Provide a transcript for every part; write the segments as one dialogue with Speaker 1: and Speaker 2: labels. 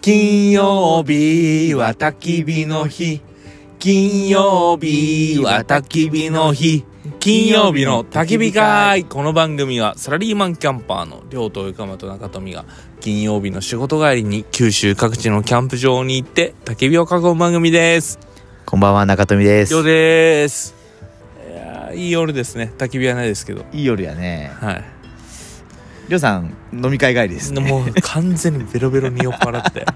Speaker 1: 金曜日は焚き火の日。金曜日は焚き火の日。金曜日の焚き火会この番組はサラリーマンキャンパーの両と横山と中富が金曜日の仕事帰りに九州各地のキャンプ場に行って焚き火を囲む番組です。
Speaker 2: こんばんは、中富です。
Speaker 1: ようです。いやーいい夜ですね。焚き火はないですけど。
Speaker 2: いい夜やね。
Speaker 1: はい。
Speaker 2: りょうさん、飲み会帰りですね。
Speaker 1: もう完全にベロベロに酔っ払って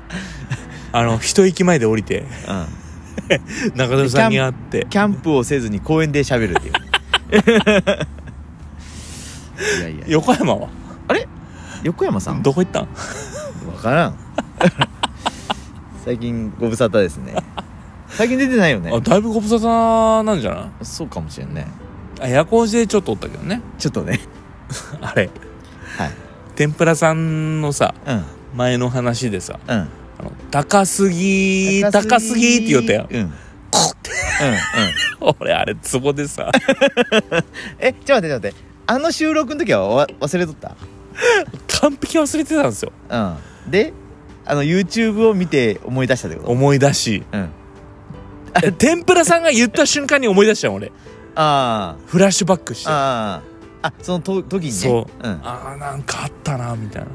Speaker 1: あの一駅前で降りて
Speaker 2: う
Speaker 1: 中田さんに会って
Speaker 2: ん。キャンプをせずに公園で喋るっていう。いやいや。
Speaker 1: 横山は
Speaker 2: 横山さん
Speaker 1: どこ行ったん
Speaker 2: わからん。最近ご無沙汰ですね。最近出てないよね
Speaker 1: あ。だいぶご無沙汰なんじゃな
Speaker 2: そうかもしれんね。
Speaker 1: いあ夜行時でちょっとおったけどね
Speaker 2: ちょっとね。
Speaker 1: あれ
Speaker 2: はい。
Speaker 1: 天ぷらさんのさ
Speaker 2: うん。
Speaker 1: 前の話でさ
Speaker 2: うん。
Speaker 1: あの高すぎ高すぎって言ったやん
Speaker 2: うん。うん。うん。
Speaker 1: コッて俺あれツボでさ
Speaker 2: え、ちょっと待って、ちょっと待って。あの収録の時はわ忘れとった
Speaker 1: 完璧忘れてたんですよ
Speaker 2: うん、であの YouTube を見て思い出したってこと
Speaker 1: 思い出し
Speaker 2: うんあ
Speaker 1: え天ぷらさんが言った瞬間に思い出したん俺
Speaker 2: あ
Speaker 1: フラッシュバックし
Speaker 2: ー
Speaker 1: て
Speaker 2: あーあそのと時にね
Speaker 1: そ
Speaker 2: ん、
Speaker 1: あーなんかあったなみたいな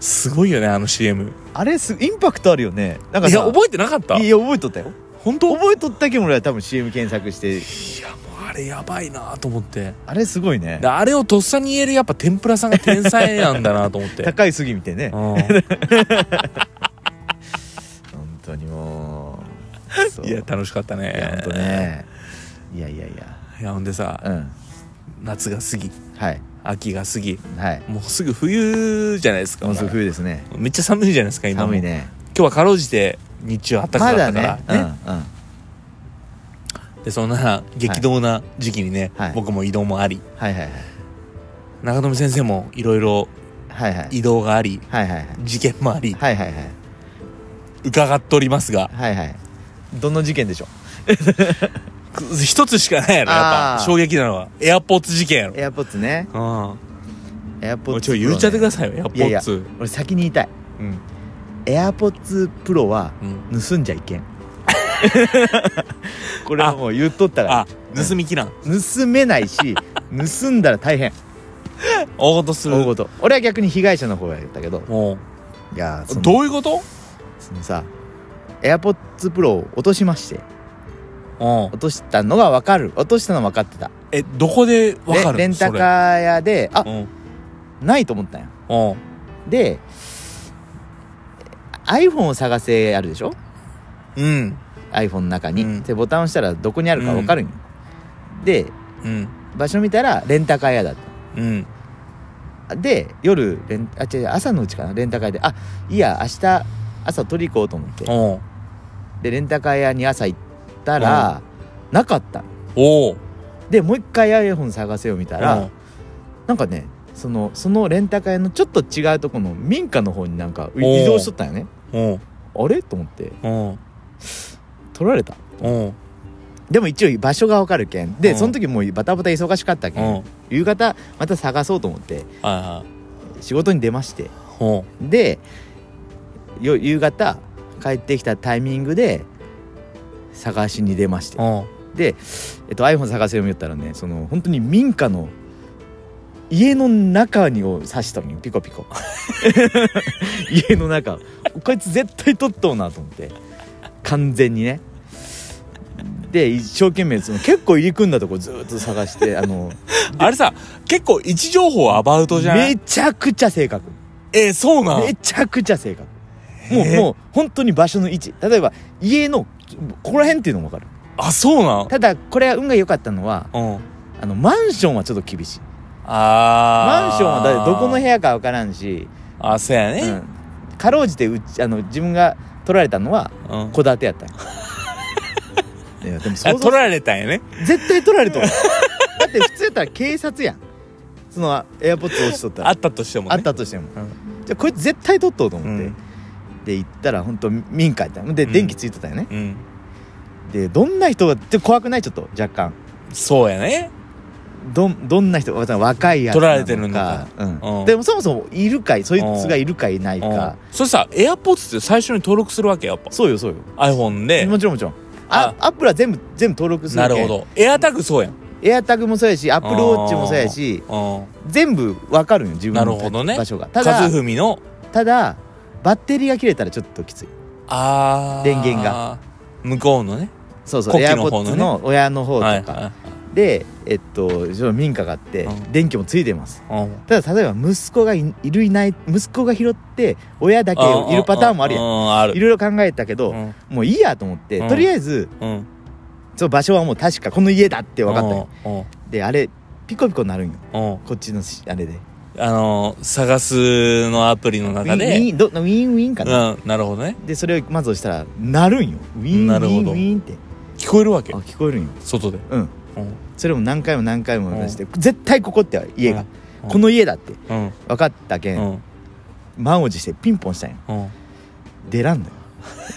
Speaker 1: すごいよねあの CM
Speaker 2: あれすインパクトあるよねなんか
Speaker 1: い
Speaker 2: さ
Speaker 1: や覚えてなかった
Speaker 2: いや覚えとったよ
Speaker 1: 本当い
Speaker 2: 覚えとったけど俺は多分 CM 検索して
Speaker 1: やもうあれやばいなと思って
Speaker 2: あれすごいね
Speaker 1: であれをとっさに言えるやっぱ天ぷらさんが天才なんだなと思って
Speaker 2: 高い杉見てね
Speaker 1: う
Speaker 2: 本当にもうそ
Speaker 1: ん
Speaker 2: う
Speaker 1: いや楽しかったね
Speaker 2: いや本当ねいやいやいや
Speaker 1: いやほんでさ
Speaker 2: うん
Speaker 1: 夏が過ぎ
Speaker 2: はい
Speaker 1: 秋が過ぎ
Speaker 2: はい
Speaker 1: もうすぐ冬じゃないですか
Speaker 2: もうすぐ冬ですね
Speaker 1: めっちゃ寒いじゃないですか今も
Speaker 2: 寒いね
Speaker 1: 今日はかろうじて日中暖かか
Speaker 2: ま
Speaker 1: った
Speaker 2: だ
Speaker 1: から
Speaker 2: ねうんうん
Speaker 1: でそんな激動な時期にね、
Speaker 2: はい
Speaker 1: 僕も移動もあり
Speaker 2: はいはいはい
Speaker 1: 中富先生もいろいろ
Speaker 2: はいはい
Speaker 1: 移動があり
Speaker 2: はいはいはい
Speaker 1: 事件もあり
Speaker 2: はいはいはい
Speaker 1: 伺っておりますが
Speaker 2: はいはいどの事件でしょう
Speaker 1: く一つしかないやろやっ
Speaker 2: あ
Speaker 1: ぱ
Speaker 2: ー
Speaker 1: 衝撃なのはエアポッツ事件やろ
Speaker 2: エアポッツね
Speaker 1: うん
Speaker 2: エアポ
Speaker 1: もう
Speaker 2: ッ
Speaker 1: ちょ
Speaker 2: ツ
Speaker 1: い言っちゃってくださいよエアポ
Speaker 2: いやい
Speaker 1: ッ
Speaker 2: や
Speaker 1: ツ
Speaker 2: 俺先に言いたい
Speaker 1: うん
Speaker 2: エアポッツプロは
Speaker 1: うん
Speaker 2: 盗んじゃい けんこれはもう言っとった
Speaker 1: あ
Speaker 2: ら
Speaker 1: 盗みきらん
Speaker 2: 盗めな いし盗んだら大変
Speaker 1: 大事す
Speaker 2: 大
Speaker 1: る
Speaker 2: ごと俺は逆に被害者の方やったけど
Speaker 1: も
Speaker 2: いやーそうの
Speaker 1: どういうこと
Speaker 2: そのさエアポッツプロを落としまして
Speaker 1: うん
Speaker 2: 落としたのが分かる落としたのは分かってた
Speaker 1: えどこでわかるの
Speaker 2: レレンタ
Speaker 1: それ
Speaker 2: カー屋であ
Speaker 1: うん
Speaker 2: ないと思ったんや
Speaker 1: うん
Speaker 2: で iPhone を探せあるでしょ
Speaker 1: うん
Speaker 2: iPhone の中に、
Speaker 1: うん
Speaker 2: でボタンを押したらどこにあるか分かるんよ、で
Speaker 1: うん
Speaker 2: 場所見たらレンタカー屋だと
Speaker 1: うん
Speaker 2: で夜レンあ違う朝のうちかなレンタカー屋であいいや明日朝取り行こうと思って
Speaker 1: お
Speaker 2: でレンタカー屋に朝行ったら、なかったの
Speaker 1: おう
Speaker 2: でもう一回 iPhone 探せを見たら、
Speaker 1: うん
Speaker 2: なんかねそのそのレンタカー屋のちょっと違うとこの民家の方になんか
Speaker 1: おー
Speaker 2: 移動しとったんよね
Speaker 1: うん
Speaker 2: あれと思って
Speaker 1: うん
Speaker 2: 取られた
Speaker 1: うん
Speaker 2: でも一応場所が分かるけん
Speaker 1: う
Speaker 2: で
Speaker 1: ん
Speaker 2: その時もうバタバタ忙しかったけ
Speaker 1: うんん
Speaker 2: 夕方また探そうと思って
Speaker 1: はいは
Speaker 2: 仕事に出まして
Speaker 1: いうん
Speaker 2: でよ夕方帰ってきたタイミングで探しに出まして
Speaker 1: うん
Speaker 2: で、えっと、iPhone 探せよ見よったらねその本当に民家の家の中にを指したのにピコピコ 家の中こいつ絶対取っとうなと思って完全にねで一生懸命その結構入り組んだとこずっと探してあの
Speaker 1: あれさ結構位置情報アバウトじゃな
Speaker 2: め
Speaker 1: い
Speaker 2: ちゃくちゃ正確
Speaker 1: えそうなん
Speaker 2: めちゃくちゃ正確もう
Speaker 1: へえ
Speaker 2: もう本当に場所の位置例えば家のここら辺っていうのも分かる
Speaker 1: あそうなん
Speaker 2: ただこれは運が良かったのは
Speaker 1: うん
Speaker 2: あのマンションはちょっと厳しい
Speaker 1: ああ
Speaker 2: マンションはだってどこの部屋か分からんし、
Speaker 1: あそうや
Speaker 2: う
Speaker 1: ね
Speaker 2: ん、かろうじてうちあの自分が取られたのは
Speaker 1: うん
Speaker 2: 戸建てや ったんよいやでも
Speaker 1: あ
Speaker 2: 想像
Speaker 1: 取られたんやね
Speaker 2: 絶対取られると思う だって普通やったら警察やんそのエアポッツ落ちとったら
Speaker 1: あったとしてもね
Speaker 2: あったとしても、
Speaker 1: うん
Speaker 2: じゃあこいつ絶対取っとうと思って、
Speaker 1: うん
Speaker 2: で行ったら本当民家やったで
Speaker 1: うん
Speaker 2: 電気ついてたよね、
Speaker 1: うん
Speaker 2: でどんな人がって怖くないちょっと若干
Speaker 1: そうやね
Speaker 2: どんどんな人わざわざ若いやつ
Speaker 1: 取られ
Speaker 2: な
Speaker 1: てる
Speaker 2: の
Speaker 1: の
Speaker 2: か
Speaker 1: か
Speaker 2: うん
Speaker 1: うん
Speaker 2: でもそもそもいるかいそいつがいるかいないか
Speaker 1: うんそれさエアポッツって最初に登録するわけやっぱ
Speaker 2: そうよそうよ
Speaker 1: iPhone で
Speaker 2: もちろんもちろんあアップルは全部全部登録する
Speaker 1: な
Speaker 2: け
Speaker 1: るほどエアタグそうやん
Speaker 2: エアタグもそうやしアップルウォッチもそうやし
Speaker 1: うん
Speaker 2: 全部わかるんよ自分
Speaker 1: なるほ
Speaker 2: の、
Speaker 1: どね
Speaker 2: 場所がた
Speaker 1: 和
Speaker 2: だ
Speaker 1: 文の
Speaker 2: ただバッテリーが切れたらちょっときつい
Speaker 1: あー
Speaker 2: 電源が
Speaker 1: 向こうのね
Speaker 2: そうそう
Speaker 1: 国
Speaker 2: エ
Speaker 1: 旗
Speaker 2: ア
Speaker 1: の
Speaker 2: ポ
Speaker 1: 方の
Speaker 2: ッ
Speaker 1: ね
Speaker 2: ツの親の方とか、
Speaker 1: はいは
Speaker 2: でえっとちょっと民家があって、
Speaker 1: うん
Speaker 2: 電気もついてます
Speaker 1: いはいうん
Speaker 2: ただ例えば息子がいいるいない息子が拾って親だけいるパターンもあるや
Speaker 1: うんんあ
Speaker 2: い
Speaker 1: る
Speaker 2: ろいろ考えたけど、
Speaker 1: うん
Speaker 2: もういいやと思って、
Speaker 1: うん
Speaker 2: とりあえず
Speaker 1: うん
Speaker 2: その場所はもう確かこの家だって分かったよ
Speaker 1: うん
Speaker 2: であれピコピコなるんよ
Speaker 1: うんうん
Speaker 2: こっちのしあれで
Speaker 1: あのー探すのアプリの
Speaker 2: ウィ
Speaker 1: 中
Speaker 2: ンウ
Speaker 1: で
Speaker 2: ィンどウィンウィンかな、
Speaker 1: うんなるほどね
Speaker 2: でそれをまず押したらなるんよウィンウ
Speaker 1: なる
Speaker 2: ィ
Speaker 1: ほ
Speaker 2: ン
Speaker 1: ど
Speaker 2: ウィンって
Speaker 1: 聞こえるわけ
Speaker 2: あ聞こえるんよ
Speaker 1: 外で
Speaker 2: うん
Speaker 1: うん
Speaker 2: それも何回も何回も出して、絶対ここって家が、
Speaker 1: うん
Speaker 2: この家だって
Speaker 1: うん
Speaker 2: 分かったけ、
Speaker 1: うんん
Speaker 2: 満を持してピンポンしたんよ
Speaker 1: うん
Speaker 2: 出らんのよ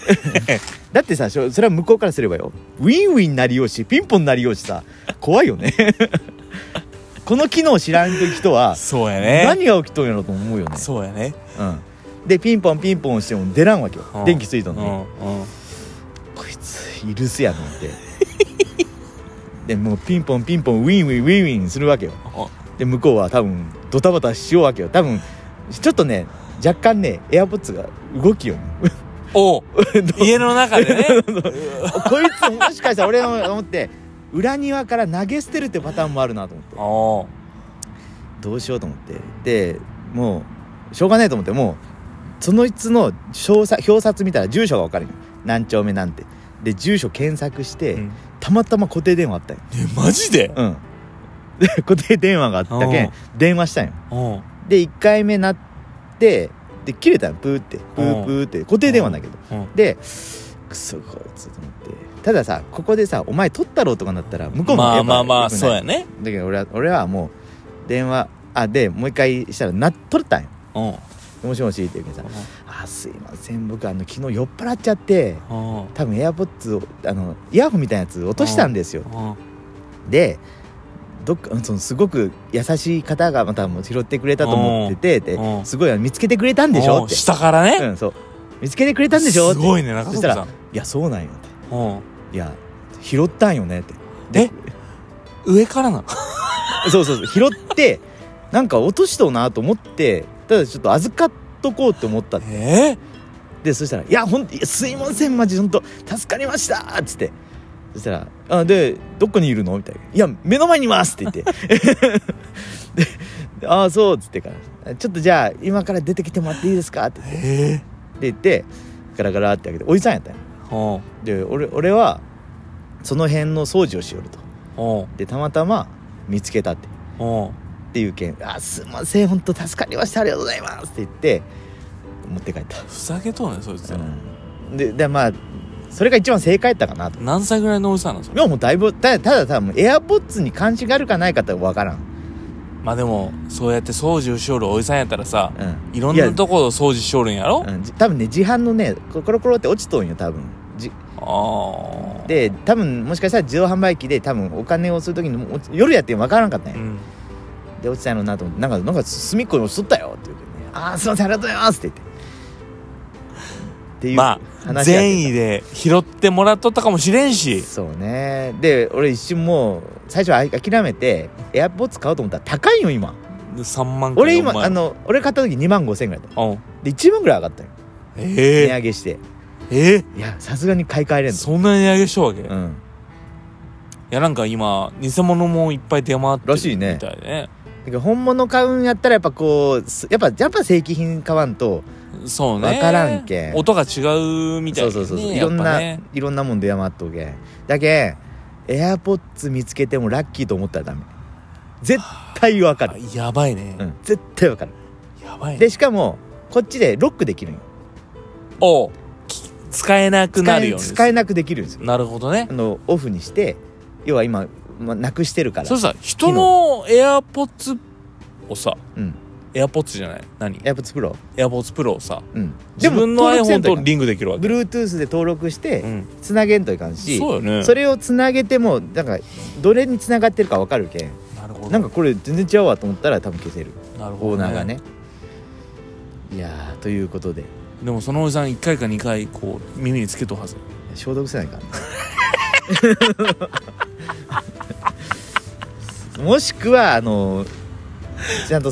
Speaker 2: だってさしょそれは向こうからすればよウィンウィンなりようしピンポンなりようしさ怖いよね この機能知らん人は
Speaker 1: そうやね
Speaker 2: 何が起きとんやろと思うよね、
Speaker 1: そうやね
Speaker 2: うん、でピンポンピンポンしても出らんわけよ、
Speaker 1: うん
Speaker 2: 電気ついた
Speaker 1: う
Speaker 2: のに、
Speaker 1: んうん
Speaker 2: こいつ許すやと思って でもうピンポンピンポンウィンウィンウィンウィンするわけよで向こうは多分ドタバタしようわけよ多分ちょっとね若干ねエアポッツが動きよ、ね、
Speaker 1: おお
Speaker 2: ど
Speaker 1: 家の中 でね
Speaker 2: こいつもしかしたら俺の思って裏庭から投げ捨てるってパターンもあるなと思って
Speaker 1: お
Speaker 2: どうしようと思ってでもうしょうがないと思ってもうそのいつの表札表札見たら住所が分かるよ何丁目なんてで住所検索して、
Speaker 1: ーうん
Speaker 2: たまたま固定電話あったよ
Speaker 1: えマジで
Speaker 2: うんで固定電話があったけ
Speaker 1: うん
Speaker 2: ん電話したんよ
Speaker 1: うん
Speaker 2: で1回目なってで切れたのプーってプープーって固定電話だけど
Speaker 1: うん
Speaker 2: でクソこいつと思ってたださここでさ「お前取ったろ」とかなったら向こうも
Speaker 1: ま
Speaker 2: や
Speaker 1: あ
Speaker 2: っぱ
Speaker 1: まあまあ
Speaker 2: 良くない
Speaker 1: そうやね
Speaker 2: だけど俺は俺はもう電話あでもう一回したらな取ったんよ
Speaker 1: うん
Speaker 2: もしもしって言うけどさ「あすいません僕あの昨日酔っ払っちゃって
Speaker 1: うん
Speaker 2: 多分エアポッツをあのイヤホンみたいなやつ落としたんですよ」
Speaker 1: うん
Speaker 2: でどっかそのすごく優しい方がまたもう拾ってくれたと思ってて
Speaker 1: うん
Speaker 2: で、すごい見つけてくれたんでしょ
Speaker 1: お
Speaker 2: っ
Speaker 1: ー
Speaker 2: て、
Speaker 1: 下からね
Speaker 2: うん、そう見つけてくれたんでしょっ
Speaker 1: す
Speaker 2: て
Speaker 1: ごいね中
Speaker 2: そした
Speaker 1: 里さ
Speaker 2: ら
Speaker 1: ん
Speaker 2: 「いやそうなんよ」っ
Speaker 1: うん
Speaker 2: て「いや拾ったんよね」って
Speaker 1: え上からな
Speaker 2: そうそうそう拾ってなんか落としとうなと思ってただちょっと預かっとこうって思った
Speaker 1: え
Speaker 2: でそしたら「いやほんといやすいませんマジほんと助かりました」っつってそしたら「あでどこにいるの?」みたいな「いや目の前にいます」って言 って「でああそう」っつってから「ちょっとじゃあ今から出てきてもらっていいですか?」って
Speaker 1: ーえ
Speaker 2: 言ってガラガラって開けておじさんやったんよ
Speaker 1: うん
Speaker 2: で俺俺はその辺の掃除をしよると
Speaker 1: うん
Speaker 2: でたまたま見つけたって
Speaker 1: うん
Speaker 2: っていう件「あすいません本当助かりましたありがとうございます」って言って持って帰った、
Speaker 1: ふざけとうねそいつ
Speaker 2: うんででまあそれが一番正解やったかなと
Speaker 1: 何歳ぐらいのおじさんなのそれ
Speaker 2: でももうだいぶたただ多分エアポッツに関心があるかないかって分からん、
Speaker 1: まあでもそうやって掃除をしおるおじさんやったらさ
Speaker 2: うん、
Speaker 1: いろん
Speaker 2: いや
Speaker 1: なところを掃除しおるんやろ
Speaker 2: うん、じ多分ね自販のねココロコロって落ちとんよ多分じ
Speaker 1: ああ
Speaker 2: で多分もしかしたら自動販売機で多分お金をする時にも落ち夜やって分からんかったん
Speaker 1: う
Speaker 2: や、
Speaker 1: ん
Speaker 2: で落ちたのなと思ってなんかなんか隅っこに落ちとったよって言うけどね「ああすいませんありがとうございます」って言って。っていう
Speaker 1: まあ
Speaker 2: 話やけど
Speaker 1: 善意で拾ってもらっとったかもしれんし
Speaker 2: そうねで俺一瞬もう最初は諦めてエアポッツ買おうと思ったら高いよ今
Speaker 1: 3万か
Speaker 2: 俺今
Speaker 1: 4万
Speaker 2: あの俺買った時2万5千円ぐらいだった
Speaker 1: うん
Speaker 2: で1万ぐらい上がったよ値
Speaker 1: え
Speaker 2: 上げして
Speaker 1: ええ
Speaker 2: いやさすがに買い替えれ
Speaker 1: え
Speaker 2: んぞ
Speaker 1: そんなに値上げしとうわけい
Speaker 2: うん
Speaker 1: やなんか今偽物もいっぱい出回ってる
Speaker 2: らしいね
Speaker 1: みたいね
Speaker 2: だけど本物買うんやったらやっぱこうすやっぱやっぱ正規品買わんと
Speaker 1: そうね
Speaker 2: わからんけん
Speaker 1: 音が違うみたい
Speaker 2: そ
Speaker 1: なね
Speaker 2: うそうそうそうい
Speaker 1: や
Speaker 2: ろ
Speaker 1: っ
Speaker 2: ん
Speaker 1: ぱ
Speaker 2: な
Speaker 1: ね
Speaker 2: いろんなもん出回っとうけんだけんエアポッツ見つけてもラッキーと思ったらダメ絶対わかる、
Speaker 1: あやばいね
Speaker 2: うん、絶対わかる
Speaker 1: やばいね
Speaker 2: でしかもこっちでロックできるんよ
Speaker 1: おうき使えなく
Speaker 2: 使
Speaker 1: なる
Speaker 2: え
Speaker 1: ようにする
Speaker 2: 使えなくできるんですよ
Speaker 1: なるほどね
Speaker 2: あのオフにして要は今、まあ、なくしてるから
Speaker 1: そうさ人のエアポッツをさ
Speaker 2: うん
Speaker 1: エアポッツじゃない何
Speaker 2: エアポッツプロ
Speaker 1: エアポッツプロをさ
Speaker 2: うん
Speaker 1: 自分の
Speaker 2: 登録せ
Speaker 1: iPhone
Speaker 2: んい
Speaker 1: と
Speaker 2: かん
Speaker 1: リンクできるわけ
Speaker 2: Bluetooth で登録して
Speaker 1: うん
Speaker 2: つなげんといかんし、
Speaker 1: そうよね
Speaker 2: それをつなげてもなんかどれにつながってるか分かるけん
Speaker 1: なるほどど
Speaker 2: なんかこれ全然違うわと思ったら多分消せる
Speaker 1: なる
Speaker 2: オ
Speaker 1: ほ
Speaker 2: ー
Speaker 1: ど、ね、
Speaker 2: ナーがねいやーということで
Speaker 1: でもそのおじさん1回か2回こう耳につけとるはず
Speaker 2: 消毒せないか んもしくはあのちゃんと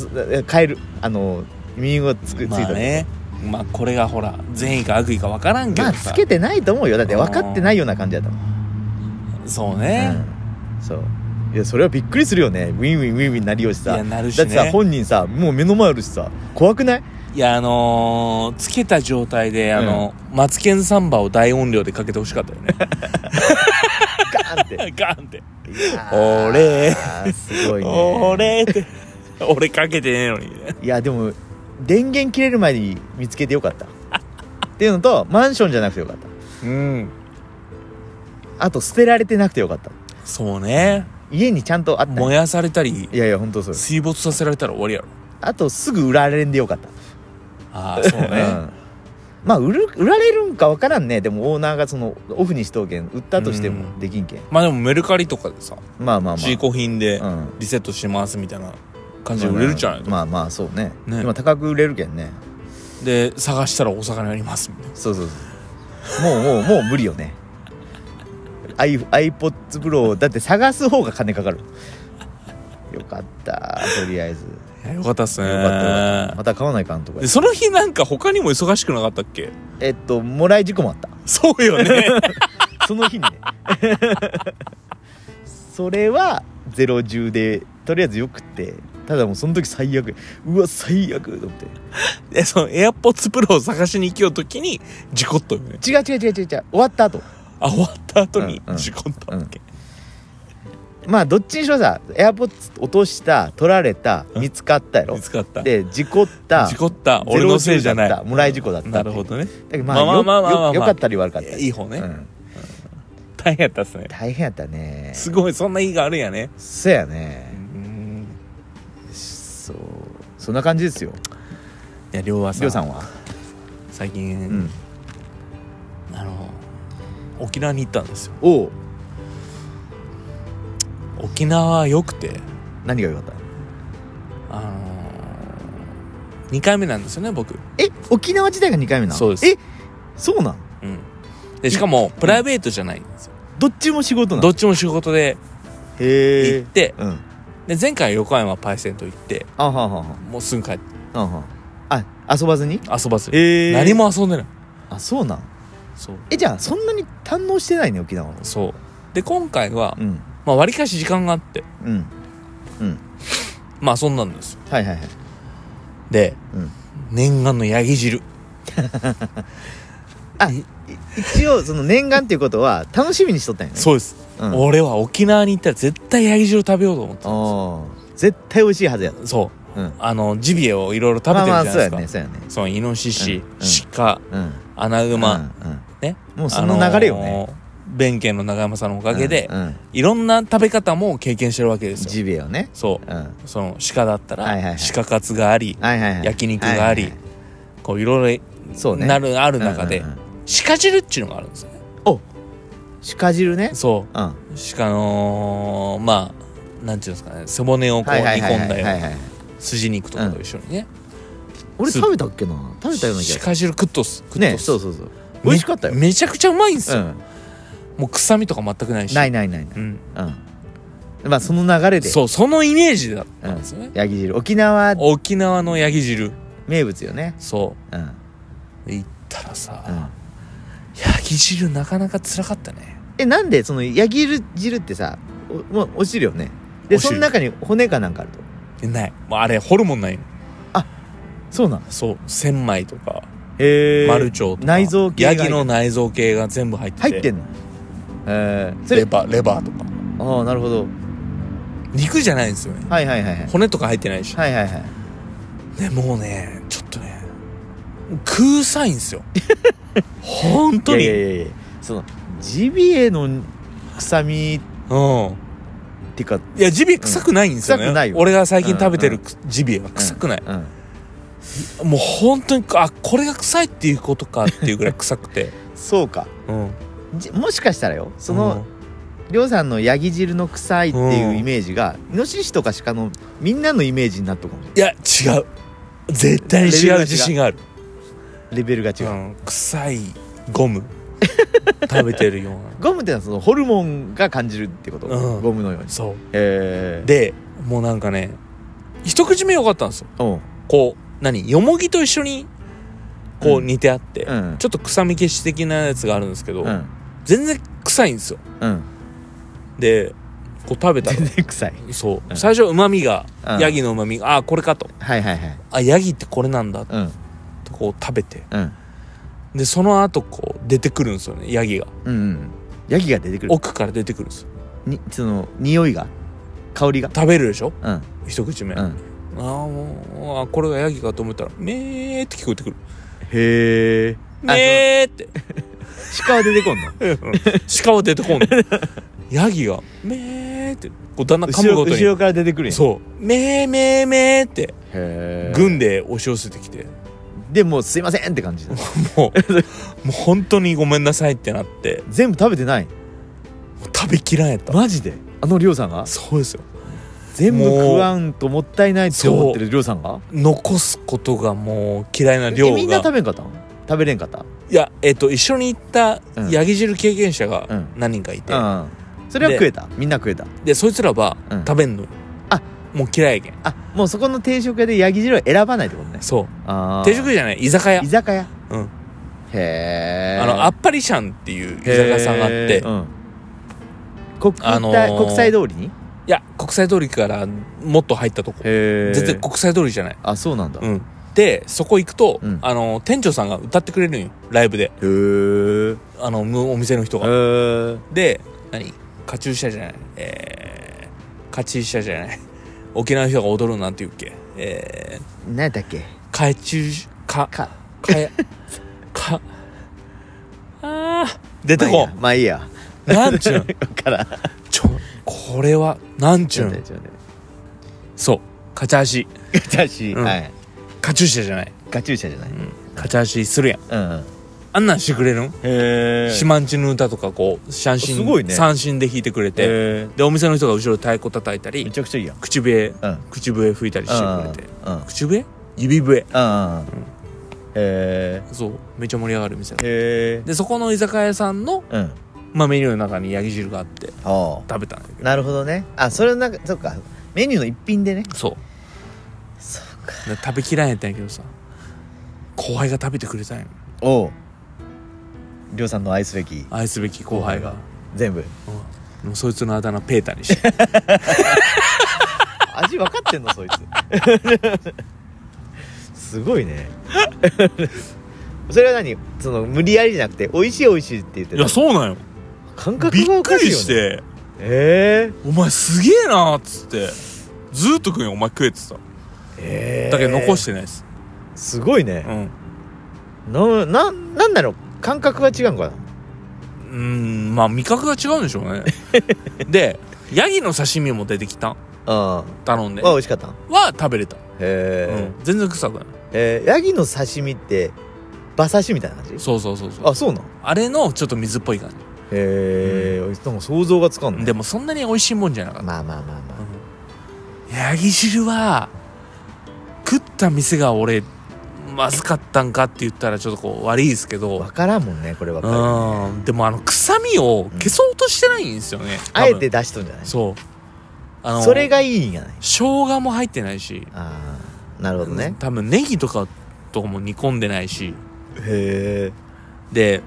Speaker 2: 変えるあの耳をつくつい
Speaker 1: まあ
Speaker 2: た
Speaker 1: ねまあこれがほら善意か悪意か分からんけ
Speaker 2: ま
Speaker 1: ど
Speaker 2: あ
Speaker 1: さ、
Speaker 2: つけてないと思うよだって分かってないような感じだったもん
Speaker 1: そうね、
Speaker 2: うん、そういやそれはびっくりするよねウィンウィンウィンウィンなりよしさ
Speaker 1: いやなるし
Speaker 2: だ
Speaker 1: ね
Speaker 2: ってさ本人さもう目の前あるしさ怖くない
Speaker 1: いやあのー、つけた状態であの、マツケンサンバを大音量でかけてほしかったよね
Speaker 2: ガーンって
Speaker 1: ガンって
Speaker 2: いやー
Speaker 1: 俺
Speaker 2: すごいね
Speaker 1: 俺って俺かけてねえのにね
Speaker 2: いやでも電源切れる前に見つけてよかったっていうのとマンションじゃなくてよかった
Speaker 1: うん
Speaker 2: あと捨てられてなくてよかった
Speaker 1: そうね
Speaker 2: 家にちゃんとあった
Speaker 1: 燃やされたり
Speaker 2: いやいや本当そうです
Speaker 1: 水没させられたら終わりやろ
Speaker 2: あとすぐ売られんでよかった
Speaker 1: ああそう
Speaker 2: う
Speaker 1: ね
Speaker 2: んまあ売る売られるんかわからんねでもオーナーがそのオフにしとうけん売ったとして
Speaker 1: う
Speaker 2: も
Speaker 1: ん
Speaker 2: できんけん
Speaker 1: まあでもメルカリとかでさ
Speaker 2: まあまあまあ
Speaker 1: 中古品で
Speaker 2: うん
Speaker 1: リセットしますみたいな感じで売れるじゃない
Speaker 2: まあまあそうね
Speaker 1: ね
Speaker 2: 今高く売れるけんね
Speaker 1: で探したら大阪にありますみたいな
Speaker 2: そうそうそうもうもうもう無理よね i- iPodsPro だって探す方が金かかるよかったとりあえずよ
Speaker 1: いやよかったっす
Speaker 2: かっ
Speaker 1: ね
Speaker 2: たよかったまた買わないかんとか
Speaker 1: でその日なんか他にも忙しくなかったっけ
Speaker 2: えっともらい事故もあった
Speaker 1: そうよね
Speaker 2: その日にね それはゼロ中でとりあえずよくってただもうその時最悪うわ最悪と思って
Speaker 1: でその AirPods Pro を探しに行きようときに事故ったよね
Speaker 2: 違う違う違う違う違う終わった後
Speaker 1: あ終わった後に
Speaker 2: うんうん
Speaker 1: 事故ったっけ、
Speaker 2: まあどっちにしろさエアポッ d 落とした取られた見つかったやろ
Speaker 1: 見つかった
Speaker 2: で事故った
Speaker 1: 事故った俺のせいじゃ
Speaker 2: ゼロ
Speaker 1: な
Speaker 2: 中だっ
Speaker 1: い
Speaker 2: たもらい事故だった
Speaker 1: なるほどね
Speaker 2: だけどま
Speaker 1: まあ
Speaker 2: あよ
Speaker 1: まあまあまあまあ
Speaker 2: よよかったり悪かったり
Speaker 1: いい方ね
Speaker 2: うん
Speaker 1: 大変やったっすね
Speaker 2: 大変やったね
Speaker 1: すごいそんな意義があるんやね
Speaker 2: そうや
Speaker 1: う
Speaker 2: ね
Speaker 1: ん
Speaker 2: そうそんな感じですよ
Speaker 1: いや亮はさ
Speaker 2: りょうさんは
Speaker 1: 最
Speaker 2: う
Speaker 1: 近、
Speaker 2: ん
Speaker 1: あの沖縄に行ったんですよ
Speaker 2: おう
Speaker 1: 沖縄は良くて
Speaker 2: 何がよかっ
Speaker 1: あの2回目なんですよね僕
Speaker 2: たえ沖縄自体が2回目なの
Speaker 1: そうです
Speaker 2: えそうなん
Speaker 1: うんでしかもプライベートじゃないんですよ
Speaker 2: どっちも仕事な
Speaker 1: ど
Speaker 2: の
Speaker 1: っちも仕事で行
Speaker 2: へえ
Speaker 1: って
Speaker 2: うん
Speaker 1: で前回横山パイセンと行って
Speaker 2: あはははは
Speaker 1: もうすぐ帰って
Speaker 2: あはあ遊ばずに
Speaker 1: 遊ばずに
Speaker 2: へえ
Speaker 1: 何も遊んでない
Speaker 2: あそうなん
Speaker 1: そう
Speaker 2: えじゃあそんなに堪能してないね沖縄は
Speaker 1: そうで今回は
Speaker 2: うん
Speaker 1: まあ割りかし時間があって
Speaker 2: うんうん
Speaker 1: まあ遊んだんですよ
Speaker 2: はいはいはい
Speaker 1: で、
Speaker 2: うん
Speaker 1: 念願のヤギ汁
Speaker 2: あい一応その念願っていうことは楽しみにしとったんやね
Speaker 1: そうです、
Speaker 2: うん
Speaker 1: 俺は沖縄に行ったら絶対ヤギ汁食べようと思ってたんで
Speaker 2: あー絶対美味しいはずや
Speaker 1: すそう
Speaker 2: うん
Speaker 1: あのジビエをいろいろ食べてるじ
Speaker 2: ま
Speaker 1: ゃ
Speaker 2: あ
Speaker 1: な
Speaker 2: ま
Speaker 1: いです
Speaker 2: あそうや
Speaker 1: か、
Speaker 2: ねそうやね
Speaker 1: そのイノシシ、
Speaker 2: うん
Speaker 1: 鹿
Speaker 2: うん
Speaker 1: アナグマ、
Speaker 2: うんうん
Speaker 1: ね
Speaker 2: もうその流れよね、
Speaker 1: あのー弁慶の長山さんのおかげで、
Speaker 2: うんうん
Speaker 1: いろんな食べ方も経験してるわけですよ
Speaker 2: ジビエをね
Speaker 1: そ
Speaker 2: うんは
Speaker 1: うその鹿だったら、
Speaker 2: はいはいはい
Speaker 1: 鹿カツがあり、
Speaker 2: いはいはい
Speaker 1: 焼肉があり、
Speaker 2: はいはい
Speaker 1: こういろい
Speaker 2: そ
Speaker 1: ろ
Speaker 2: うね
Speaker 1: なるある中で、
Speaker 2: うんうんうん
Speaker 1: 鹿汁っていうのがあるんですよね
Speaker 2: お鹿汁ね
Speaker 1: そ
Speaker 2: うんは
Speaker 1: う鹿のまあなんていうんですかね背骨をこう煮
Speaker 2: いはいはい
Speaker 1: 込んだ
Speaker 2: は
Speaker 1: よ
Speaker 2: いう
Speaker 1: な
Speaker 2: はい
Speaker 1: 筋肉とかと一緒にね、
Speaker 2: 俺食べたっけな食べたような気が
Speaker 1: 鹿汁食っとす食っとす、
Speaker 2: ねそうそうそう美味しかったよ
Speaker 1: めめちゃくちゃうまいんです
Speaker 2: う
Speaker 1: よ、
Speaker 2: ん
Speaker 1: もう臭みとか全くないし
Speaker 2: ないないないない
Speaker 1: うん、
Speaker 2: うんまあその流れで
Speaker 1: そうそのイメージだったんですよね、
Speaker 2: ヤギ汁沖縄
Speaker 1: 沖縄のヤギ汁
Speaker 2: 名物よね
Speaker 1: そ
Speaker 2: うんうん
Speaker 1: う行ったらさ、ヤギ汁なかなか辛かったね
Speaker 2: えなんでそのヤギ汁ってさおもう落ちるよねで
Speaker 1: 落ち
Speaker 2: そ
Speaker 1: る
Speaker 2: の中に骨かなんかあると
Speaker 1: でないもうあれホルモンないの
Speaker 2: そうなん
Speaker 1: そう千枚とか
Speaker 2: へえ
Speaker 1: マルチョウとか
Speaker 2: 内臓系が
Speaker 1: ヤギの内臓系が全部入ってて
Speaker 2: 入ってんのえー、そ
Speaker 1: レ
Speaker 2: れ
Speaker 1: バーレバーとか
Speaker 2: ああなるほど
Speaker 1: 肉じゃないんですよね
Speaker 2: はいはいはいはい
Speaker 1: 骨とか入ってないし、
Speaker 2: はいはいはい
Speaker 1: ねもうねちょっとね空臭いん ですよ本当に
Speaker 2: いやいやいやいやそのジビエの臭み
Speaker 1: うん
Speaker 2: っていうか
Speaker 1: いやジビエ臭くないんですよね、
Speaker 2: うん臭くないよ
Speaker 1: 俺が最近食べてるくジビエは臭くない、
Speaker 2: うん
Speaker 1: もう本当にあこれが臭いっていうことかっていうぐらい臭くて
Speaker 2: そうか
Speaker 1: うん
Speaker 2: じもしかしたらよその、りょうさんのヤギ汁の臭いっていうイメージが、イノシシとか鹿のみんなのイメージになったかもしれない
Speaker 1: いや違う絶対に違う自信がある
Speaker 2: レベルが違う、
Speaker 1: うん、臭いゴム食べてるような
Speaker 2: ゴムってのはそのホルモンが感じるってこと、
Speaker 1: うん
Speaker 2: ゴムのように
Speaker 1: そ
Speaker 2: え
Speaker 1: う
Speaker 2: ー、
Speaker 1: でもうなんかね一口目良かったんですよ
Speaker 2: うん
Speaker 1: こう何よもぎと一緒にこう
Speaker 2: うん
Speaker 1: 煮てあって、
Speaker 2: うん
Speaker 1: ちょっと臭み消し的なやつがあるんですけど、
Speaker 2: うん
Speaker 1: 全然臭いんですよ
Speaker 2: うん
Speaker 1: でこう食べたら
Speaker 2: 全然臭い
Speaker 1: そう、
Speaker 2: うん
Speaker 1: 最初うまみが、
Speaker 2: うん
Speaker 1: ヤギのうまみがあこれかと
Speaker 2: はいはいはい
Speaker 1: あヤギってこれなんだって
Speaker 2: うん
Speaker 1: こう食べて
Speaker 2: うん
Speaker 1: でその後こう出てくるんですよねヤギが
Speaker 2: うんうんヤギが出てくる
Speaker 1: 奥から出てくるんですよ
Speaker 2: にその匂いが香りが
Speaker 1: 食べるでしょ
Speaker 2: うん
Speaker 1: 一口目、
Speaker 2: う
Speaker 1: あ
Speaker 2: ん
Speaker 1: あもうあこれがヤギかと思ったら「めー」って聞こえてくる
Speaker 2: へえ
Speaker 1: 「めー」って
Speaker 2: 鹿は出てこ んの
Speaker 1: 鹿は出てこ んのヤギが「めー」ってこうだんだん噛
Speaker 2: 後
Speaker 1: む
Speaker 2: ろ
Speaker 1: ごと
Speaker 2: 後
Speaker 1: に
Speaker 2: ろから出てくるんや
Speaker 1: そう「めーめーめー」って
Speaker 2: へー
Speaker 1: 軍で押し寄せてきて
Speaker 2: でもうすいませんって感 じだ
Speaker 1: もうもう本当にごめんなさいってなって
Speaker 2: 全部食べてない
Speaker 1: もう食べきらんやった
Speaker 2: マジであのりょうさんが
Speaker 1: そうですよ
Speaker 2: 全部
Speaker 1: もう
Speaker 2: 食わんともったいないって思ってるりょうさんが
Speaker 1: 残すことがもう嫌いな量
Speaker 2: え
Speaker 1: が
Speaker 2: みんな食べんかったん食べれんかった
Speaker 1: いやえっ、と一緒に行った
Speaker 2: うん
Speaker 1: ヤギ汁経験者
Speaker 2: う
Speaker 1: が
Speaker 2: ん
Speaker 1: 何人かいて、
Speaker 2: うんそれは
Speaker 1: で
Speaker 2: 食えたみんな食えた
Speaker 1: でそいつらは
Speaker 2: うん
Speaker 1: 食べんのよ、
Speaker 2: あ
Speaker 1: もう嫌いやけん
Speaker 2: あもうそこの定食屋でヤギ汁を選ばないってことね
Speaker 1: そう
Speaker 2: あー
Speaker 1: 定食じゃない居酒屋
Speaker 2: 居酒屋
Speaker 1: うん
Speaker 2: へえ
Speaker 1: あのあっぱりシャンっていう居酒屋さんがあって、い
Speaker 2: 国際、
Speaker 1: あのー
Speaker 2: 国際通りに
Speaker 1: や国際通りからもっと入ったとこ
Speaker 2: へ
Speaker 1: 全然国際通りじゃない
Speaker 2: あそうなんだ、
Speaker 1: う
Speaker 2: へ
Speaker 1: んでそこ行くと、
Speaker 2: うん
Speaker 1: あの店長さんが歌ってくれるんよライブで
Speaker 2: え
Speaker 1: あのむお店の人が
Speaker 2: へえ
Speaker 1: で何カチューシャじゃないえー、カチューシャじゃない 沖縄の人が踊るなんて言うっけえー、
Speaker 2: 何やったっけ
Speaker 1: カチューシか
Speaker 2: か
Speaker 1: かやかあー出てこん
Speaker 2: まあいいやま
Speaker 1: なんちゅう
Speaker 2: あ
Speaker 1: ん
Speaker 2: いいやから
Speaker 1: ちょこれはなんちゅうん
Speaker 2: ちょっと待って
Speaker 1: そうカチャーシ
Speaker 2: ガチャシ、
Speaker 1: うん
Speaker 2: はい
Speaker 1: カチューシャじゃない、
Speaker 2: ガチューシャじゃない、
Speaker 1: うん、カチャーシするやん
Speaker 2: うんうん、
Speaker 1: あんなんしてくれるん
Speaker 2: へ
Speaker 1: シマンチの歌とかこう三
Speaker 2: すごい
Speaker 1: 振、
Speaker 2: ね
Speaker 1: 三振で弾いてくれて
Speaker 2: て
Speaker 1: でお店の人が後ろで太鼓叩いた
Speaker 2: め
Speaker 1: り
Speaker 2: ちゃくちゃいいやん
Speaker 1: 口笛
Speaker 2: うん
Speaker 1: 口笛吹いたりしてくれて
Speaker 2: うんうん
Speaker 1: 口笛指笛
Speaker 2: うんうんへ
Speaker 1: そうめっちゃ盛り上がる店
Speaker 2: えへえ
Speaker 1: でそこの居酒屋さんの、
Speaker 2: うん
Speaker 1: まあ、メニューの中にヤギ汁があって
Speaker 2: あ
Speaker 1: 食べたんだけ
Speaker 2: あ
Speaker 1: ど
Speaker 2: なるほどねあそれなんかそっかメニューの一品でね
Speaker 1: そう
Speaker 2: そうか
Speaker 1: で食べきらんやったんやけどさ後輩が食べてくれたんよ
Speaker 2: おうりょうさんの愛すべき
Speaker 1: 愛すべき後輩が、
Speaker 2: 全部
Speaker 1: うん、でもそいつのあだ名ペータにして
Speaker 2: 味分かってんのそい つすごいねそれは何その無理やりじゃなくて美味しい美味しいって言って
Speaker 1: い
Speaker 2: た
Speaker 1: やそうなんよ
Speaker 2: 感覚
Speaker 1: び
Speaker 2: が
Speaker 1: っ
Speaker 2: お
Speaker 1: く
Speaker 2: かしい
Speaker 1: り
Speaker 2: よ、ね、
Speaker 1: して
Speaker 2: え
Speaker 1: 「お前すげえな」っつってずーっと食うんよお前食えってさ
Speaker 2: ー、えー、
Speaker 1: だけど残してないです、
Speaker 2: すごいね
Speaker 1: う、ん
Speaker 2: なん、ななんだろう感覚が違うんかな
Speaker 1: うーんまあ味覚が違うんでしょう ねでヤギの刺身も出てきた
Speaker 2: あ
Speaker 1: 頼んで
Speaker 2: あは美
Speaker 1: は
Speaker 2: 味しかったん
Speaker 1: 食べれた、
Speaker 2: へ
Speaker 1: う
Speaker 2: ー
Speaker 1: ん、全然臭くない
Speaker 2: えーヤギの刺身って馬刺しみたいな感じ
Speaker 1: そうそうそうそう
Speaker 2: あそうなん
Speaker 1: あれのちょっと水っぽい感
Speaker 2: へえ、なんか想像がつかん
Speaker 1: じ
Speaker 2: ね
Speaker 1: でもそんなに美味しいもんじゃなかっ
Speaker 2: まあまあまあまあ
Speaker 1: たヤギ汁は食った店が俺まずかったんかって言ったらちょっとこう悪いですけど
Speaker 2: 分からんもんねこればっかり
Speaker 1: うんでもあの臭みを消そうとしてないんですよね、多分
Speaker 2: あえて出しとんじゃない
Speaker 1: そうあの
Speaker 2: それがいいんやない
Speaker 1: 生姜も入ってないし、
Speaker 2: ああなるほどね
Speaker 1: 多分ネギとかとかも煮込んでないし
Speaker 2: へ
Speaker 1: で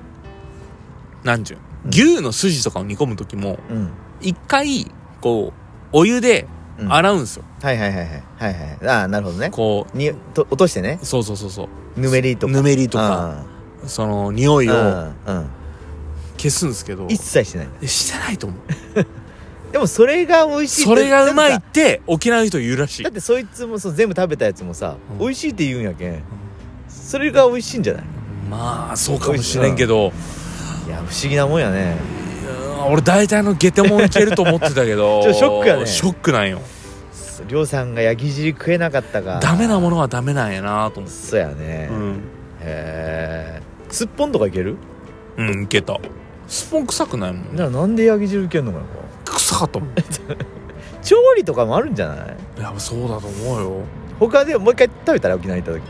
Speaker 1: なんちゅう牛の筋とかを煮込む時も
Speaker 2: えうん
Speaker 1: 一回こうお湯で
Speaker 2: うん
Speaker 1: 洗うんですよ、
Speaker 2: はいはいはいはいはいはいああなるほどね
Speaker 1: こ
Speaker 2: にと落としてね
Speaker 1: うそうそうそうそう
Speaker 2: ぬめりとか
Speaker 1: ぬめり
Speaker 2: と
Speaker 1: とかその匂い
Speaker 2: うんう
Speaker 1: を
Speaker 2: んうん
Speaker 1: 消すんですけど
Speaker 2: 一切してない
Speaker 1: えしてない と思う
Speaker 2: でもそれが美味しいって
Speaker 1: それがうまい
Speaker 2: な
Speaker 1: っ
Speaker 2: んか
Speaker 1: て沖縄の人言うらしい
Speaker 2: だってそいつもそう全部食べたやつもさ
Speaker 1: うん
Speaker 2: 美味しいって言うんやけんそれが美味しいんじゃない
Speaker 1: まあそうかもしれんけど
Speaker 2: いや不思議なもんや
Speaker 1: い
Speaker 2: ね
Speaker 1: やー俺大体のゲテモンいけると思ってたけど
Speaker 2: ちょっとショックやね
Speaker 1: ショックなんよ
Speaker 2: りょうさんが焼き汁食えなかったか
Speaker 1: ダメなものはダメなんやなと思って
Speaker 2: そうやね
Speaker 1: うん
Speaker 2: へえすっぽんとかいける
Speaker 1: うんいけたスポン臭くないもん
Speaker 2: じゃあなんでヤギ汁いけんのかなこ
Speaker 1: 臭かったもんいう
Speaker 2: 調理とかもあるんじゃない
Speaker 1: やそうだと思うよ
Speaker 2: 他でもう一回食べたら沖縄行った時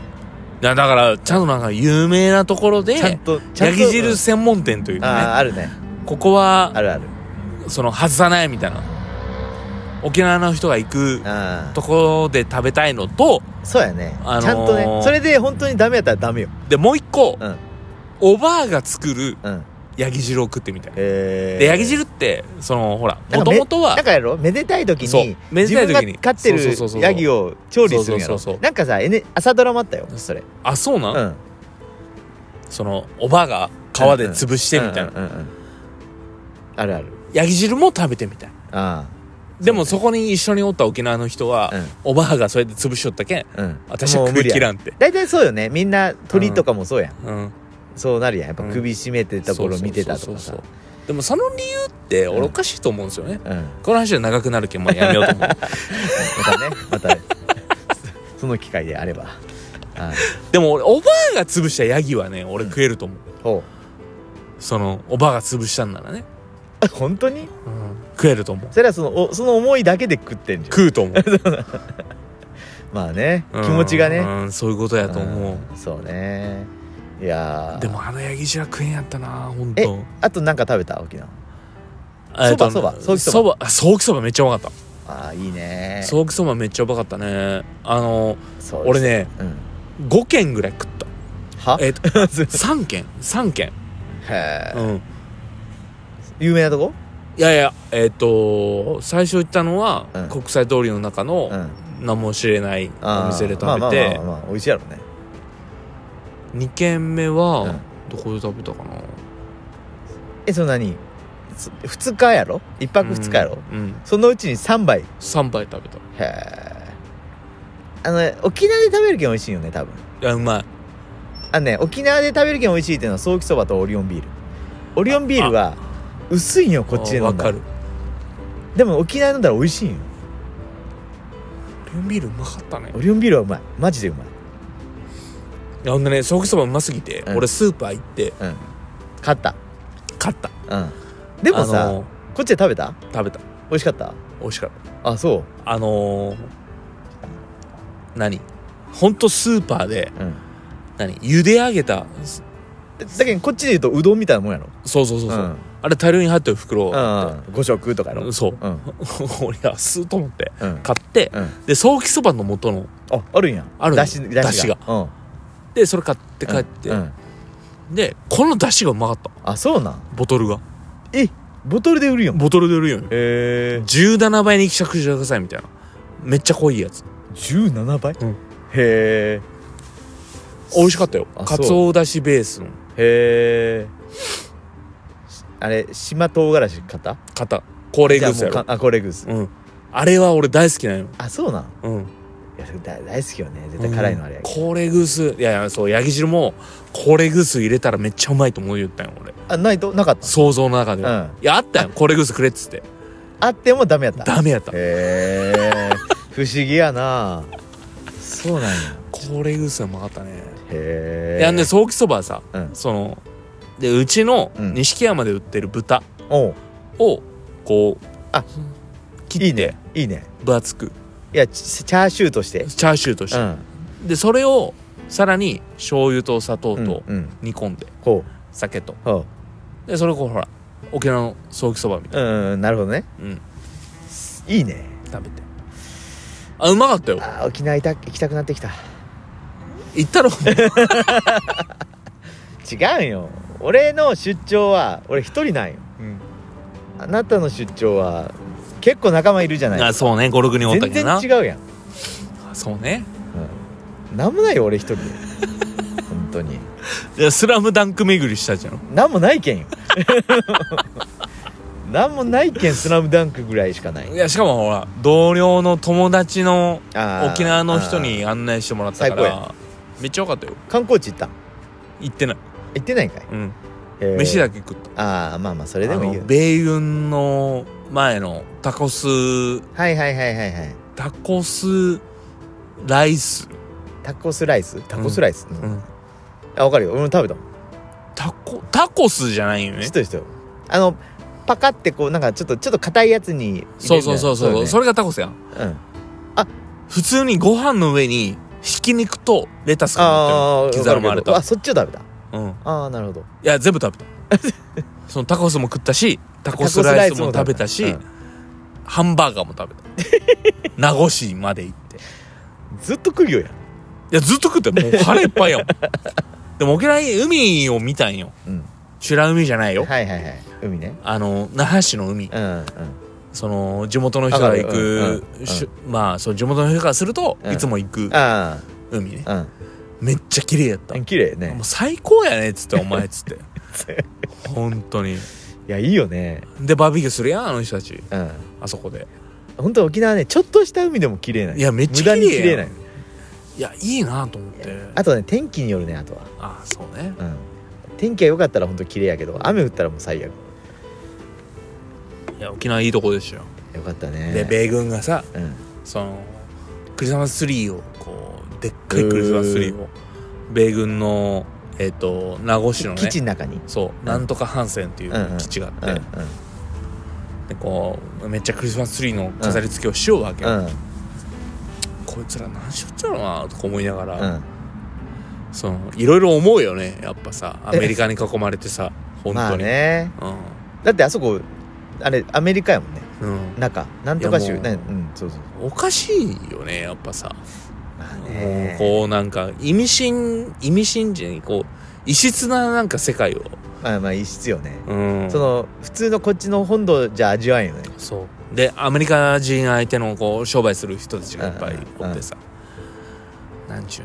Speaker 1: いやだからちゃんとなんか有名なところで
Speaker 2: ちゃんとちゃん
Speaker 1: ヤ
Speaker 2: と
Speaker 1: ギ汁専門店という
Speaker 2: あ
Speaker 1: か
Speaker 2: あ
Speaker 1: ね
Speaker 2: あるね
Speaker 1: ここは
Speaker 2: あるある
Speaker 1: その外さないみたいな沖縄の人が行く
Speaker 2: ああ
Speaker 1: ところで食べたいのと
Speaker 2: そうやね、
Speaker 1: あのー
Speaker 2: ちゃんとねそれで本当にダメやったらダメよ
Speaker 1: でもう一個、
Speaker 2: うん
Speaker 1: おばあが作る
Speaker 2: うん
Speaker 1: ヤギ汁を食ってみたい、
Speaker 2: えー、
Speaker 1: でヤギ汁ってそのほら
Speaker 2: なん
Speaker 1: も
Speaker 2: か
Speaker 1: と
Speaker 2: め
Speaker 1: もとは
Speaker 2: なんかやろめでたい時
Speaker 1: そう
Speaker 2: に
Speaker 1: めでたい時に
Speaker 2: 自分が飼って
Speaker 1: そうそうそうそ
Speaker 2: る
Speaker 1: う
Speaker 2: ヤギを調理するんや
Speaker 1: そ
Speaker 2: ろ
Speaker 1: うそうそうそう
Speaker 2: なんかさ、N、朝ドラマあったよそれ
Speaker 1: あそう
Speaker 2: う
Speaker 1: なんん、そのおばあが皮で潰してみたいな、
Speaker 2: うんうんうんうんあるある
Speaker 1: ヤギ汁も食べてみたい
Speaker 2: あ
Speaker 1: でもそこに一緒におった沖縄の人は、
Speaker 2: うん
Speaker 1: おばあがそれで潰しよったけん
Speaker 2: あうん
Speaker 1: 私は
Speaker 2: もう
Speaker 1: 食
Speaker 2: 無
Speaker 1: い
Speaker 2: 理や
Speaker 1: 切らんって
Speaker 2: 大体そうよねみんな鳥とかもそうやん、
Speaker 1: うん
Speaker 2: そうなるやんやっぱ
Speaker 1: うん
Speaker 2: 首絞めてた頃見てたと
Speaker 1: そう
Speaker 2: か
Speaker 1: そ
Speaker 2: さ
Speaker 1: うそうそうでもその理由って
Speaker 2: ん
Speaker 1: 俺おかしいと思うんですよね、
Speaker 2: うん
Speaker 1: この話は長くなるけんもうやめようと思う
Speaker 2: またね またその機会であればはい
Speaker 1: でも俺おばあが潰したヤギはね俺食えると思う、
Speaker 2: ほ
Speaker 1: そのおばあが潰したんならね、
Speaker 2: う本当に
Speaker 1: 食えると思う
Speaker 2: それはそのおその思いだけで食ってんじゃん
Speaker 1: 食うと 思う
Speaker 2: まあね気持ちがね
Speaker 1: うんそういうことやと思う、
Speaker 2: んそうねいやー
Speaker 1: でもあのヤギ汁は食えんやったな本当
Speaker 2: あとなんか食べた沖縄
Speaker 1: えっと
Speaker 2: そばそばソーキそば
Speaker 1: そばあソーキそばめっちゃうまかっ
Speaker 2: ああいいね
Speaker 1: たソーキそばめっちゃうまかったねあの
Speaker 2: そう
Speaker 1: 俺ね
Speaker 2: うん
Speaker 1: 5軒ぐらい食った
Speaker 2: は
Speaker 1: えっと3軒3軒
Speaker 2: へ
Speaker 1: う
Speaker 2: え
Speaker 1: ん
Speaker 2: 有名なとこ
Speaker 1: いやいやえっ、と最初行ったのは、
Speaker 2: うん
Speaker 1: 国際通りの中の、
Speaker 2: うん
Speaker 1: 何も知れない
Speaker 2: あー
Speaker 1: お店で食べて
Speaker 2: まあまあまあまあ美味しいやろね
Speaker 1: 2軒目は、
Speaker 2: うん
Speaker 1: どこで食べたかな
Speaker 2: えそんなに2日やろ1泊2日やろ
Speaker 1: うん、うん、
Speaker 2: そのうちに3杯へ
Speaker 1: 3杯食べたい
Speaker 2: えあの沖縄で食べるけん美味しいよね多分
Speaker 1: やうまい
Speaker 2: あのね沖縄で食べるけん美味しいっていうのはソーキそばとオリオンビールオリオンビールは薄いんよこっちで飲
Speaker 1: わ
Speaker 2: んだ
Speaker 1: からる
Speaker 2: でも沖縄飲んだら美味しいんよ
Speaker 1: オリオンビールうまかったね
Speaker 2: オリオンビールはうまいマジでうまい
Speaker 1: いやほんでねソーキそばうますぎて、
Speaker 2: うん
Speaker 1: 俺スーパー行って
Speaker 2: うん買った
Speaker 1: 買った
Speaker 2: うんでも
Speaker 1: あ
Speaker 2: さ
Speaker 1: の
Speaker 2: こっちで食べた
Speaker 1: 食べた
Speaker 2: 美味しかった
Speaker 1: 美味しかった
Speaker 2: あそ
Speaker 1: あのー、何ほんとスーパーで
Speaker 2: ううん
Speaker 1: 何茹で上げたそ
Speaker 2: だだけどこっちで言うとうどんみたいなもんやろ
Speaker 1: うそうそうそう、
Speaker 2: うん
Speaker 1: あれ大量に入ってる袋を、
Speaker 2: うん五食とかやろ
Speaker 1: そう
Speaker 2: うん
Speaker 1: 俺はスーッと思って
Speaker 2: うん
Speaker 1: 買って、
Speaker 2: うん
Speaker 1: でソーキそばの元の
Speaker 2: ああるんや
Speaker 1: あるんや
Speaker 2: だしだしが
Speaker 1: だ
Speaker 2: うん
Speaker 1: でそれ買って帰って、
Speaker 2: うん
Speaker 1: でこの出汁がうまかった
Speaker 2: あそうなん
Speaker 1: ボトルが
Speaker 2: えボトルで売るんやん
Speaker 1: ボトルで売るよね
Speaker 2: へえ
Speaker 1: 17倍に希釈してくださいみたいなめっちゃ濃いやつ
Speaker 2: 17倍
Speaker 1: うん
Speaker 2: へえ
Speaker 1: 美味しかったよ
Speaker 2: あ
Speaker 1: かつおだしベースの
Speaker 2: へえあれ島唐辛子買った
Speaker 1: 型高齢グース
Speaker 2: じゃ
Speaker 1: や
Speaker 2: あも
Speaker 1: ろ
Speaker 2: うかあこれグース
Speaker 1: うんあれは俺大好きなのよ
Speaker 2: あそうなん
Speaker 1: うん
Speaker 2: いやだ大好きよね絶対辛いのあれやけど
Speaker 1: 高齢グースいやいやそうヤギ汁も高齢グース入れたらめっちゃうまいと思う言ったんよ俺
Speaker 2: あないとなかった
Speaker 1: 想像の中では、
Speaker 2: うん
Speaker 1: いやあったよ高齢グースくれっつって
Speaker 2: あってもダメやった
Speaker 1: ダメやった
Speaker 2: へえ不思議やなそうなんや
Speaker 1: 高齢グースはうまかったね
Speaker 2: へえ
Speaker 1: いやねソーキそばはさ、
Speaker 2: うん
Speaker 1: そのでうちの
Speaker 2: うん
Speaker 1: 錦山で売ってる豚
Speaker 2: おう
Speaker 1: をこう
Speaker 2: あ
Speaker 1: 切って
Speaker 2: いいねいいね
Speaker 1: 分厚く
Speaker 2: いやチチャーシューとして
Speaker 1: チャーシューとして、
Speaker 2: ん
Speaker 1: でそれをさらに醤油と砂糖と
Speaker 2: うんうん
Speaker 1: 煮込んで、
Speaker 2: ほ
Speaker 1: 酒と
Speaker 2: うほ
Speaker 1: でそれをこうほら沖縄のソーキそばみた
Speaker 2: ううんなるほどね
Speaker 1: いな、うん、
Speaker 2: いいね
Speaker 1: 食べてあうまかったよ
Speaker 2: あー沖縄いた行きたくなってきた
Speaker 1: 行ったろ
Speaker 2: 違うよ俺の出張は俺一人なんよ
Speaker 1: うん
Speaker 2: あなたの出張は結構仲間いるじゃな い
Speaker 1: あそうね56人おった
Speaker 2: 全
Speaker 1: けどな
Speaker 2: 然違うやん、
Speaker 1: そうね
Speaker 2: うん、なんもないよ俺一人で本当に
Speaker 1: でスラムダンク巡りしたじゃん
Speaker 2: なんもないけんよ なんもないけん「スラムダンクぐらいしかない
Speaker 1: いやしかもほら同僚の友達の
Speaker 2: あー
Speaker 1: 沖縄の人に案内してもらったか
Speaker 2: 最高
Speaker 1: らめっちゃ良かったよ
Speaker 2: 観光地行ったん
Speaker 1: 行ってない、
Speaker 2: 行ってないんかい、
Speaker 1: うん
Speaker 2: えー
Speaker 1: 飯だけ食った
Speaker 2: ああまあまあそれでもいい
Speaker 1: あ
Speaker 2: よ
Speaker 1: の米軍の前のタコス
Speaker 2: はいはいはいはいはい
Speaker 1: タコスライス、
Speaker 2: タコスライスタコスライス、うん
Speaker 1: うん、
Speaker 2: あ分かるよ俺も食べたもん
Speaker 1: タコタコスじゃないよ
Speaker 2: 知
Speaker 1: ね
Speaker 2: ってる知ってるあのパカってこうなんかちょっとちょっと硬いやつに
Speaker 1: そ
Speaker 2: 入れる
Speaker 1: うそうそうそう、
Speaker 2: だよね
Speaker 1: それがタコスやん
Speaker 2: うん、
Speaker 1: 普通にご飯の上にひき肉とレタスが乗
Speaker 2: あ
Speaker 1: って
Speaker 2: ー
Speaker 1: る刻まれ
Speaker 2: わかるけどあ
Speaker 1: た
Speaker 2: そっちを食べた
Speaker 1: うんい
Speaker 2: ああなるほど
Speaker 1: や全部食 べたそのタコスも食ったしタコス
Speaker 2: タコ
Speaker 1: ラ
Speaker 2: スラ
Speaker 1: イ
Speaker 2: イ
Speaker 1: ス
Speaker 2: ス
Speaker 1: も
Speaker 2: も
Speaker 1: 食
Speaker 2: 食
Speaker 1: べ
Speaker 2: べ
Speaker 1: た
Speaker 2: た
Speaker 1: し、
Speaker 2: うん
Speaker 1: ハンバーガーも食べた名護市まで行ってい
Speaker 2: ずっと食うよや
Speaker 1: やずっと食ってもう腹いっぱいやもんでも沖縄に海を見たんよ
Speaker 2: うん
Speaker 1: 美ら海じゃないよ
Speaker 2: はいはいはい海ね
Speaker 1: あの那覇市の海
Speaker 2: うんうん
Speaker 1: その地元の人が行く、
Speaker 2: うんうん
Speaker 1: しゅまあそう地元の人からすると、
Speaker 2: うん
Speaker 1: いつも行く
Speaker 2: あ
Speaker 1: 海ね
Speaker 2: あ
Speaker 1: めっちゃ綺麗やった、
Speaker 2: うん綺麗ね
Speaker 1: もう最高やねっつってお前っつって 本当に
Speaker 2: いやいいよね
Speaker 1: でバーベキューするやんあの人たち
Speaker 2: うん
Speaker 1: あそこで
Speaker 2: 本当沖縄ねちょっとした海でも綺麗ない
Speaker 1: いやめっち
Speaker 2: 無
Speaker 1: ゃ
Speaker 2: 駄
Speaker 1: 綺
Speaker 2: に
Speaker 1: 麗や
Speaker 2: 綺麗ない
Speaker 1: いやいいなと思って
Speaker 2: あとね天気によるねあとは
Speaker 1: あそうね
Speaker 2: うん天気が良かったら本当綺麗やけど雨降ったらもう最悪
Speaker 1: いや沖縄いいとこでしたよ、
Speaker 2: よかったね
Speaker 1: で米軍がさ
Speaker 2: うん
Speaker 1: そのクリスマスツリーをこうでっかいクリスマスツリーを米軍のえっ、と名護市のね
Speaker 2: 基地の中に
Speaker 1: そうなんとかハンセンっていう基地があって、
Speaker 2: うんうん
Speaker 1: でこうめっちゃクリスマスツリーの飾り付けをしようわけよ、
Speaker 2: うん
Speaker 1: こいつら何しよっちゃうのなとか思いながら、
Speaker 2: うん
Speaker 1: そのいろいろ思うよねやっぱ さアメリカに囲まれてさ本当に、
Speaker 2: まあねだってあそこあれアメリカやもんね
Speaker 1: うん、うん
Speaker 2: 中なんとか
Speaker 1: い
Speaker 2: 州
Speaker 1: やもう
Speaker 2: ねうんそうそう
Speaker 1: おかしいよねやっぱさ、
Speaker 2: まあ
Speaker 1: もう
Speaker 2: ね
Speaker 1: こうなんか意味深意味深じゃないこう異質ななんか世界を
Speaker 2: まあまあ異質よね
Speaker 1: うん
Speaker 2: その普通のこっちの本土じゃ味わえんよね
Speaker 1: そうでアメリカ人相手のこう商売する人たちがいっぱいおってさなんちゅう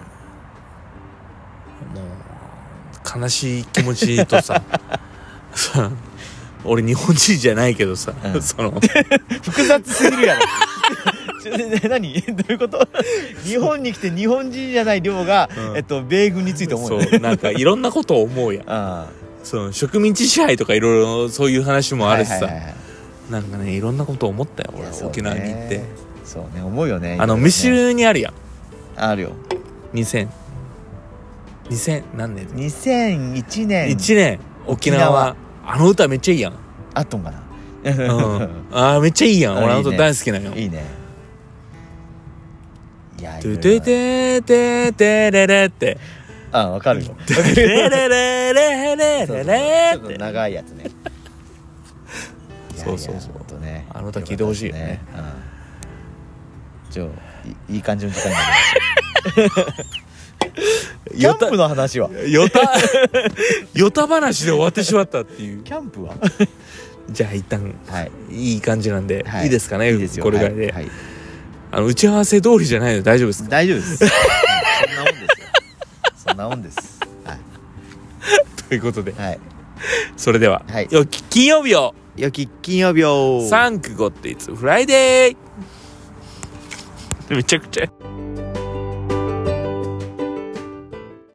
Speaker 1: のもう悲しい気持ちと さその俺日本人じゃないけどさ、
Speaker 2: う ん
Speaker 1: そ の
Speaker 2: 複雑すぎるやろ ちょね何どういうこと日本に来て日本人じゃない量が、
Speaker 1: うん
Speaker 2: えっと、米軍について思う
Speaker 1: そ
Speaker 2: よ
Speaker 1: うなんかいろんなことを思うやん
Speaker 2: あ
Speaker 1: その植民地支配とかいろいろそういう話もあるしさ、
Speaker 2: い
Speaker 1: なんかねいろんなことを思ったよ俺
Speaker 2: やそうね
Speaker 1: 沖縄に行って、
Speaker 2: そうね思うよね
Speaker 1: あの
Speaker 2: いろいろね
Speaker 1: ミシルにあるやん
Speaker 2: あるよ
Speaker 1: 2000 2000何年
Speaker 2: 2001年
Speaker 1: 1年沖縄あの歌めっちゃいいやん、
Speaker 2: あったんかな、
Speaker 1: うん、ああめっちゃいいやん
Speaker 2: うん
Speaker 1: 俺あの
Speaker 2: いい
Speaker 1: 歌
Speaker 2: ね
Speaker 1: 大好きなんよ
Speaker 2: いいねい
Speaker 1: 「
Speaker 2: やい
Speaker 1: ト
Speaker 2: ろ
Speaker 1: ゥ
Speaker 2: いろ
Speaker 1: トゥテーテーテレレ」って
Speaker 2: あわかるよ
Speaker 1: 「レレレレレレ
Speaker 2: そうそう
Speaker 1: レ」
Speaker 2: ちょっ
Speaker 1: っ
Speaker 2: と
Speaker 1: て
Speaker 2: 長いやつ ね
Speaker 1: そうそうそう
Speaker 2: ほんとね
Speaker 1: あの歌聞いてほしいよね
Speaker 2: よかったですねうんちょいいい感じの時間になりまし
Speaker 1: よ
Speaker 2: たキャ
Speaker 1: た
Speaker 2: ンプの話は
Speaker 1: よたよた話で終わってしまったっていう
Speaker 2: キャンプは
Speaker 1: じゃあ一旦
Speaker 2: はい
Speaker 1: いい感じなんで、、
Speaker 2: はいい
Speaker 1: いですかね
Speaker 2: いいですよ
Speaker 1: これぐらいで、
Speaker 2: はいはい
Speaker 1: あの打ち合わせ通りじゃないので大丈夫ですか
Speaker 2: 大丈夫ですはいそんなもんですよそんなもんですはい
Speaker 1: ということで
Speaker 2: はい
Speaker 1: それでは、
Speaker 2: はい
Speaker 1: よき金曜日を
Speaker 2: よき金曜日を
Speaker 1: サンクゴッテイツフライデーめちゃくちゃ